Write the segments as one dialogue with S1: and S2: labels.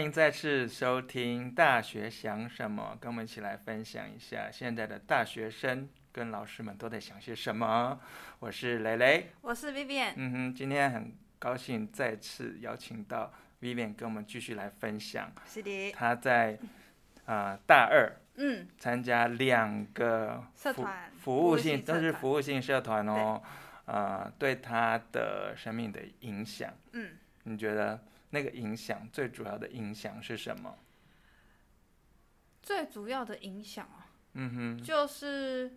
S1: 迎再次收听《大学想什么》，跟我们一起来分享一下现在的大学生跟老师们都在想些什么。我是蕾蕾，
S2: 我是 Vivian。
S1: 嗯哼，今天很高兴再次邀请到 Vivian 跟我们继续来分享
S2: 是的，
S1: 她在啊、呃大二
S2: 嗯，
S1: 参加两个
S2: 社
S1: 服
S2: 团
S1: 服务
S2: 性
S1: 性，
S2: 社
S1: 都是
S2: 团
S1: 服务性社团哦，呃，对她的生命的影响。
S2: 嗯，
S1: 你觉得那个影响最主要的影响是什么？
S2: 最主要的影响哦，
S1: 嗯哼，
S2: 就是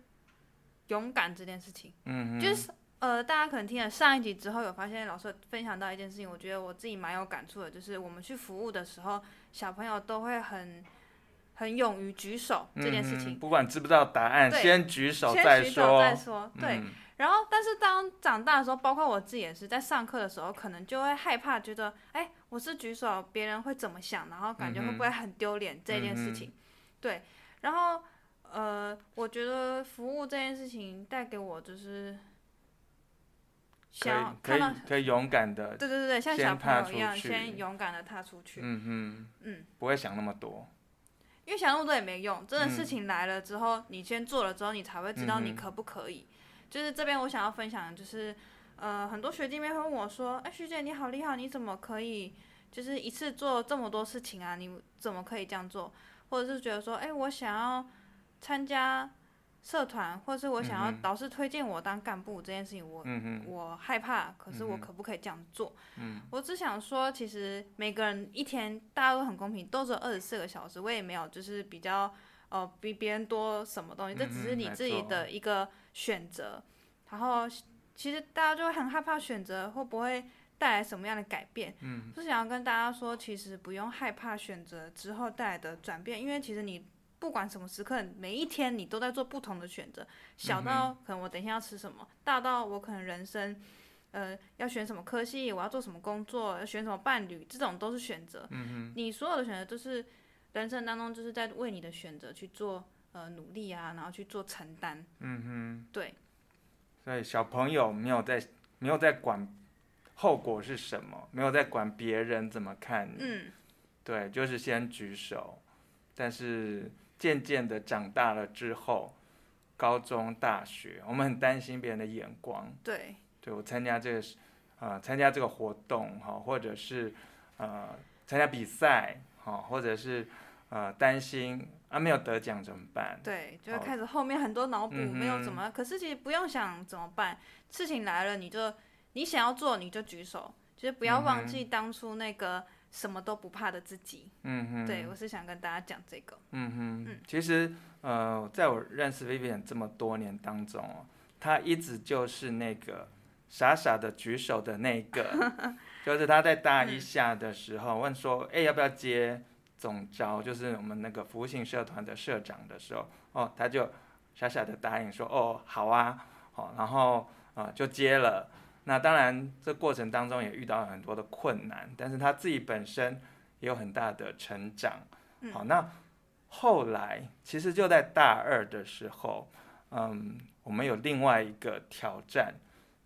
S2: 勇敢这件事情。
S1: 嗯哼，
S2: 就是呃，大家可能听了上一集之后，有发现老师有分享到一件事情，我觉得我自己蛮有感触的，就是我们去服务的时候，小朋友都会很很勇于举手这件事
S1: 嗯哼
S2: 情。
S1: 不管知不知道答案，
S2: 对
S1: 先举手
S2: 先
S1: 再
S2: 举手
S1: 说。
S2: 再说，对。
S1: 嗯
S2: 然后，但是当长大的时候，包括我自己也是，在上课的时候，可能就会害怕，觉得，哎，我是举手，别人会怎么想？然后感觉
S1: 嗯哼
S2: 会不会很丢脸、这件事
S1: 嗯
S2: 情？对。然后，呃，我觉得服务这件事情带给我就是
S1: 可以
S2: 想
S1: 可
S2: 看
S1: 以
S2: 到，
S1: 可以勇敢的，
S2: 对对对对，像
S1: 先
S2: 小
S1: 踏
S2: 朋友一样，
S1: 出去
S2: 先勇敢的踏出去。
S1: 嗯
S2: 嗯，
S1: 哼，不会想那么多。
S2: 因为想那么多也没用，真的
S1: 嗯
S2: 事情来了之后，你先做了之后，你才会知道你
S1: 嗯哼
S2: 可不可以。就是这边我想要分享，的就是呃，很多学弟妹会问我说：“哎、学姐你好厉害，你怎么可以就是一次做这么多事情啊？你怎么可以这样做？”或者是觉得说：“哎、我想要参加社团，或是我想要
S1: 嗯哼
S2: 导师推荐我当干部这件事情，我
S1: 嗯哼，
S2: 我害怕，可是我
S1: 嗯哼
S2: 可不可以这样做？嗯，我只想说，其实每个人一天大家都很公平，都只有二十四个小时，我也没有就是比较呃比别人多什么东西，这只
S1: 嗯
S2: 是
S1: 哼
S2: 你
S1: 没
S2: 自己
S1: 错
S2: 的一个选择。然后其实大家就会很害怕选择会不会带来什么样的改变。嗯，就是想要跟大家说，其实不用害怕选择之后带来的转变，因为其实你。不管什么时刻，每一天你都在做不同的选择，小到可能我等一下要吃什么，大到我可能人生，呃，要选什么科系，我要做什么工作，要选什么伴侣，这种都是选择。嗯、你所有的选择都是人生当中就是在为你的选择去做呃努力啊，然后去做承担。嗯哼，对，
S1: 所以小朋友没有在没有在管后果是什么，没有在管别人怎么看你。
S2: 嗯，
S1: 对，就是先举手，但是渐渐的长大了之后，高中、大学，我们很担心别人的眼光。
S2: 对，
S1: 对我参加这个是，呃，参加这个活动哈，或者是呃参加比赛哈，或者是呃担心啊没有得奖怎么办？
S2: 对，就会
S1: 好
S2: 开始后面很多脑补，
S1: 嗯哼
S2: 没有怎么，可是其实不用想怎么办，事情来了你就你想要做你就举手，就是不要忘记当初那个什么都不怕的自己。
S1: 嗯哼，
S2: 对，我是想跟大家讲这个。
S1: 嗯哼
S2: 嗯，
S1: 其实呃，在我认识 Vivian 这么多年当中哦，她一直就是那个傻傻的举手的那一 个，就是她在大
S2: 嗯
S1: 一下的时候问说，哎、要不要接总招，就是我们那个服务性社团的社长的时候，哦，她就傻傻的答应说，哦，好啊，哦，然后啊、呃就接了。那当然，这过程当中也遇到很多的困难，但是她自己本身也有很大的成长。
S2: 嗯
S1: 好，那后来其实就在大二的时候，嗯，我们有另外一个挑战，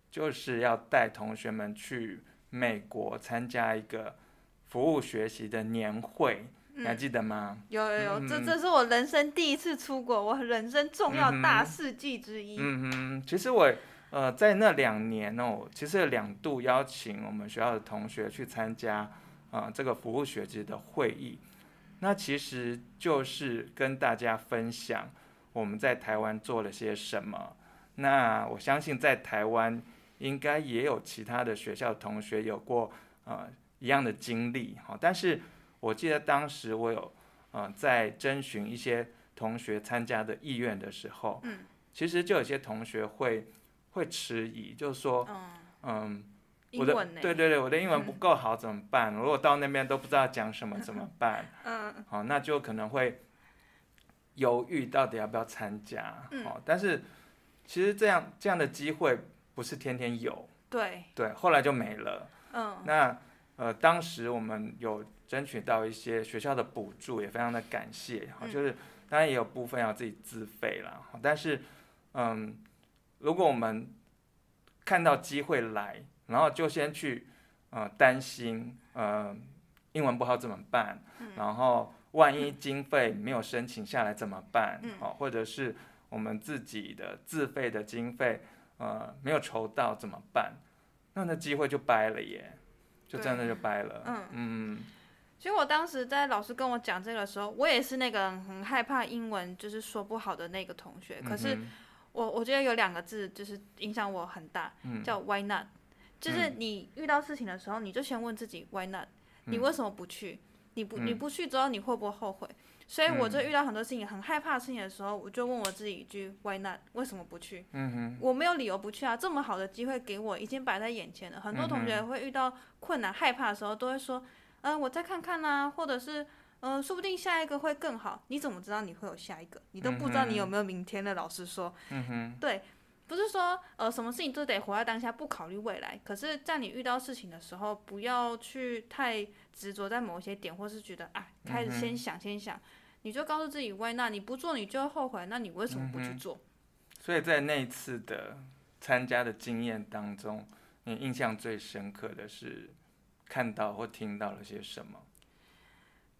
S1: 就是要带同学们去美国参加一个服务学习的年会，你还
S2: 嗯，
S1: 记得吗？
S2: 有有有，这
S1: 嗯
S2: 这是我人生第一次出国，我人生重要大事记之一。
S1: 嗯哼，其实我呃在那两年哦，其实有两度邀请我们学校的同学去参加呃这个服务学制的会议，那其实就是跟大家分享我们在台湾做了些什么。那我相信在台湾应该也有其他的学校的同学有过呃一样的经历哈、但是我记得当时我有呃在征询一些同学参加的意愿的时候，
S2: 嗯
S1: 其实就有些同学会会迟疑，就是说，
S2: 嗯，
S1: 嗯，
S2: 英
S1: 我的
S2: 文呢？
S1: 对对对，我的英文 不够好怎么办？如果到那边都不知道讲什么怎么 办？
S2: 嗯，
S1: 好，那就可能会犹豫到底要不要参加。
S2: 嗯
S1: 好，但是其实这样这样的机会不是天天有，
S2: 对，
S1: 对，后来就没了。
S2: 嗯
S1: 那呃，当时我们有争取到一些学校的补助，也非常的感谢。好，
S2: 嗯
S1: 就是当然也有部分要自己自费啦，好但是嗯，如果我们看到机会来，然后就先去呃担心，呃，英文不好怎么办？
S2: 嗯
S1: 然后万一经费没有申请下来怎么办？
S2: 嗯
S1: 哦，或者是我们自己的自费的经费，呃，没有筹到怎么办？那那机会就掰了耶，就真的就掰了。
S2: 嗯
S1: 嗯
S2: 其实我当时在老师跟我讲这个的时候，我也是那个很害怕英文就是说不好的那个同学。可是
S1: 嗯
S2: 我我觉得有两个字就是影响我很大，
S1: 嗯
S2: 叫 why not，就是你遇到事情的时候，你就先问自己 why not，你
S1: 嗯
S2: 为什么不去？你不你不去之后你会不会后悔？所以我就
S1: 嗯
S2: 遇到很多事情很害怕的事情的时候，我就问我自己一句 why not，为什么不去？
S1: 嗯哼
S2: 我没有理由不去啊！这么好的机会给我，已经摆在眼前了。很
S1: 嗯
S2: 多同学会遇到困难、害怕的时候，都会说：“嗯、我再看看啊，或者是嗯、呃说不定下一个会更好。”你怎么知道你会有下一个？你都不知道你有没有明天的。老师说，
S1: 嗯哼
S2: 对，不是说呃什么事情都得活在当下，不考虑未来。可是，在你遇到事情的时候，不要去太执着在某一些点，或是觉得啊，开始先想、先想，你就告诉自己 why not？你不做你就会后悔，那你为什么不去做？
S1: 所以在那一次的参加的经验当中，你印象最深刻的是看到或听到了些什么？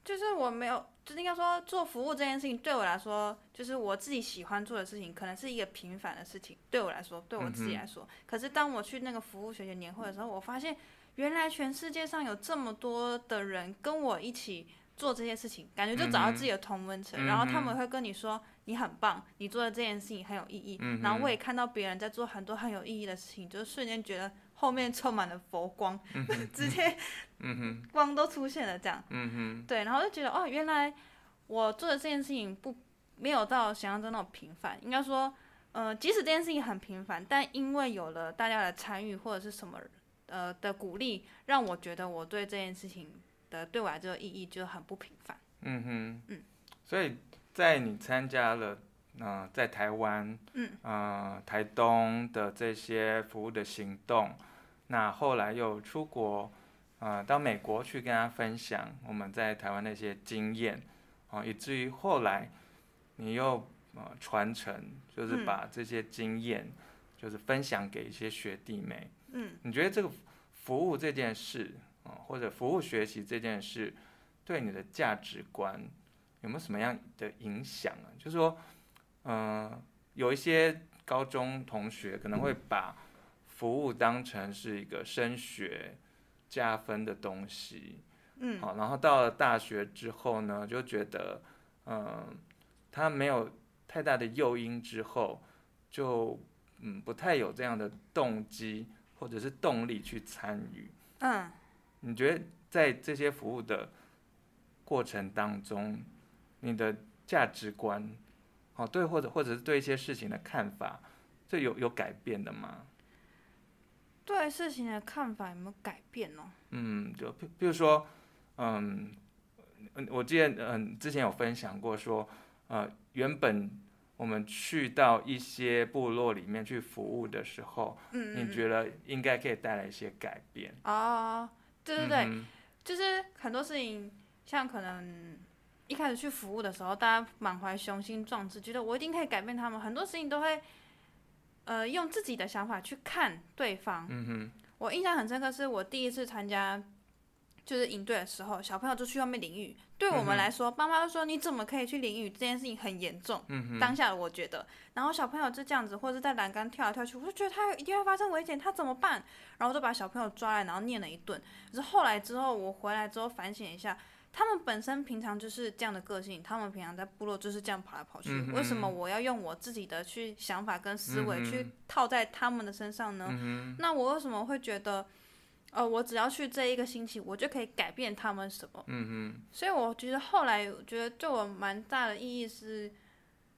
S2: 就是我没有，就是应该说做服务这件事情对我来说，就是我自己喜欢做的事情，可能是一个平凡的事情，对我来说，对我自己来说。可是当我去那个服务学习年会的时候，我发现原来全世界上有这么多的人跟我一起做这些事情，感觉就找到自己的同温层，然后他们会跟你说你很棒，你做的这件事情很有意义。然后我也看到别人在做很多很有意义的事情，就是瞬间觉得后面充满了佛光， 直接光都出现了这样。对，然后就觉得哦，原来我做的这件事情不没有到想象中那种平凡，应该说，呃，即使这件事情很平凡，但因为有了大家的参与或者是什么呃的鼓励，让我觉得我对这件事情的对我来说意义就很不平凡。
S1: 嗯哼
S2: 嗯，
S1: 所以在你参加了呃在台湾，
S2: 嗯，
S1: 呃台东的这些服务的行动，那后来又出国，呃到美国去跟大家分享我们在台湾的一些经验，哦、以至于后来你又呃传承，就是
S2: 嗯
S1: 把这些经验就是分享给一些学弟妹，
S2: 嗯，
S1: 你觉得这个服务这件事啊、呃或者服务学习这件事，对你的价值观有没有什么样的影响啊？就是说，嗯、有一些高中同学可能会把服务当成是一个升学加分的东西，
S2: 嗯
S1: 好、然后到了大学之后呢，就觉得，嗯，他没有太大的诱因之后，就嗯不太有这样的动机或者是动力去参与。
S2: 嗯，
S1: 你觉得在这些服务的过程当中，你的价值观，哦，对，或者或者是对一些事情的看法，这有有改变的吗？
S2: 对事情的看法有没有改变哦呢？
S1: 嗯，就比比如说，嗯，嗯我记得嗯之前有分享过说，呃，原本我们去到一些部落里面去服务的时候，
S2: 嗯，
S1: 你觉得应该可以带来一些改变，
S2: 得？哦，对对对，
S1: 嗯
S2: 就是很多事情，像可能一开始去服务的时候，大家满怀雄心壮志，觉得我一定可以改变他们，很多事情都会，呃，用自己的想法去看对方。嗯哼，我印象很深刻，是我第一次参加就是营队的时候，小朋友就去外面淋雨。对我们来说，妈妈就说你怎么可以去淋雨？这件事情很严重。嗯、当下我觉得，然后小朋友就这样子，或者在栏杆跳来跳去，我就觉得他一定会发生危险，他怎么办？然后就把小朋友抓来，然后念了一顿。可是后来之后，我回来之后反省一下，他们本身平常就是这样的个性，他们平常在部落就是这样跑来跑去。
S1: 嗯哼
S2: 为什么我要用我自己的去想法跟思
S1: 嗯
S2: 维
S1: 哼嗯
S2: 去套在他们的身上呢？那我为什么会觉得，呃，我只要去这一个星期，我就可以改变他们什么？
S1: 嗯
S2: 所以我觉得后来我觉得对我蛮大的意义是，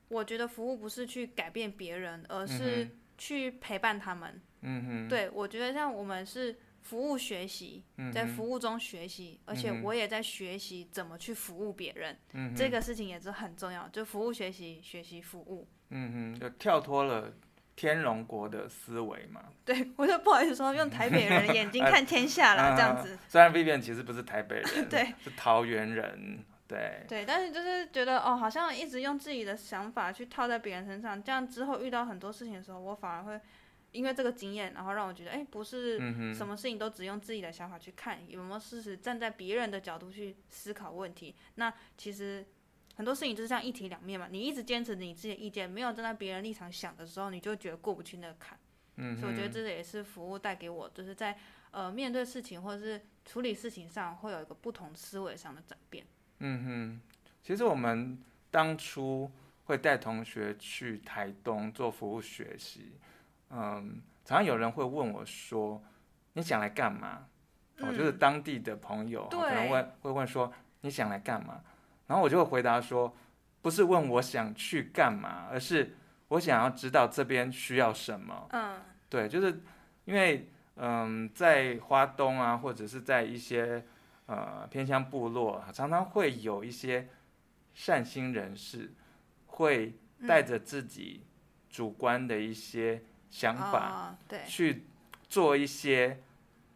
S2: 我觉得服务不是去改变别人，而
S1: 嗯
S2: 是去陪伴他们。
S1: 哼，嗯哼，
S2: 对我觉得像我们是服务学习，
S1: 嗯
S2: 在
S1: 哼，
S2: 服务中学习，而且我也在学习怎么去服务别人，
S1: 嗯
S2: 这
S1: 哼，
S2: 个事情也是很重要。就服务学习，学习服务。
S1: 嗯哼，就跳脱了天龙国的思维嘛。
S2: 对我就不好意思说用台北人的眼
S1: 哎
S2: 睛看天下啦，这样子。
S1: 嗯虽然 Vivian 其实不是台北人，
S2: 对，
S1: 是桃园人，对，
S2: 对，但是就是觉得哦，好像一直用自己的想法去套在别人身上，这样之后遇到很多事情的时候，我反而会因为这个经验，然后让我觉得，哎，不是
S1: 嗯哼，
S2: 什么事情都只用自己的想法去看，有没有事实站在别人的角度去思考问题？那其实很多事情就是这样一体两面嘛。你一直坚持你自己的意见，没有站在别人立场想的时候，你就觉得过不去那个坎。
S1: 嗯哼，
S2: 所以我觉得这也是服务带给我，就是在呃面对事情或者是处理事情上，会有一个不同思维上的转变。
S1: 嗯哼，其实我们当初会带同学去台东做服务学习，嗯，常常有人会问我说：“你想来干嘛？”哦，就是
S2: 嗯
S1: 当地的朋友哦可能
S2: 对
S1: 问会问说：“你想来干嘛？”然后我就会回答说：“不是问我想去干嘛，而是我想要知道这边需要什么。”
S2: 嗯，
S1: 对，就是因为嗯，在花东啊，或者是在一些呃偏乡部落啊，常常会有一些善心人士会带着自己主观的一些想法、
S2: 哦、对，
S1: 去做一些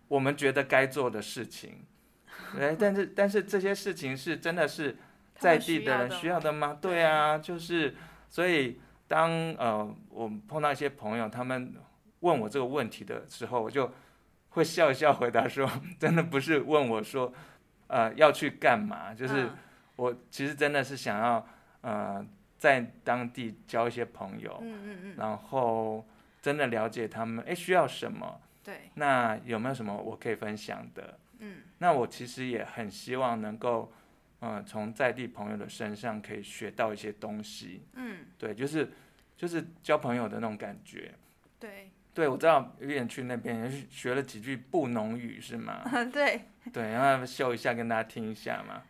S1: 我们觉得该做的事情。哎，但是但是这些事情是真的是
S2: 他
S1: 在
S2: 们
S1: 地的人需
S2: 嘛
S1: 要的吗？对
S2: 对
S1: 啊，就是所以当呃我们碰到一些朋友，他们问我这个问题的时候，我就会笑一笑回答说， 真的不是问我说，呃要去干嘛，就是
S2: 嗯
S1: 我其实真的是想要呃在当地交一些朋友，
S2: 嗯嗯嗯，
S1: 然后真的了解他们，哎需要什么，
S2: 对，
S1: 那有没有什么我可以分享的？
S2: 嗯
S1: 那我其实也很希望能够，嗯，从在地朋友的身上可以学到一些东西。
S2: 嗯
S1: 对，就是就是交朋友的那种感觉。
S2: 对，
S1: 对，我知道有点去那边也是学了几句布农语是吗？
S2: 对。
S1: 对，然后秀一下跟大家听一下嘛。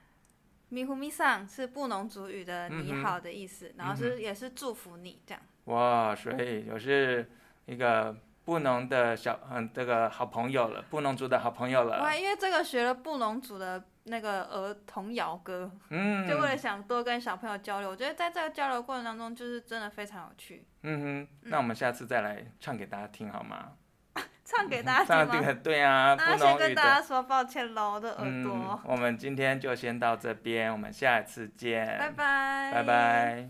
S2: 米糊米上是布农族语的“你
S1: 嗯哼
S2: 好”的意思，然后是、也是祝福你这样。
S1: 哇，所以我是一个布农的小嗯这个好朋友了，布农族的好朋友
S2: 我
S1: 了。
S2: 还因为这个学了布农族的那个儿童谣歌，
S1: 嗯，
S2: 就为了想多跟小朋友交流。我觉得在这个交流过程当中，就是真的非常有趣。
S1: 嗯哼，那我们下次再来唱给大家听好吗？
S2: 唱给大家
S1: 嗯唱
S2: 听
S1: 这
S2: 吗？
S1: 个对啊，布
S2: 那
S1: 农
S2: 先
S1: 语
S2: 跟
S1: 的嗯
S2: 大。家说抱歉喽，我的耳朵，
S1: 嗯，我们今天就先到这边，我们下次见，
S2: 拜拜，
S1: 拜拜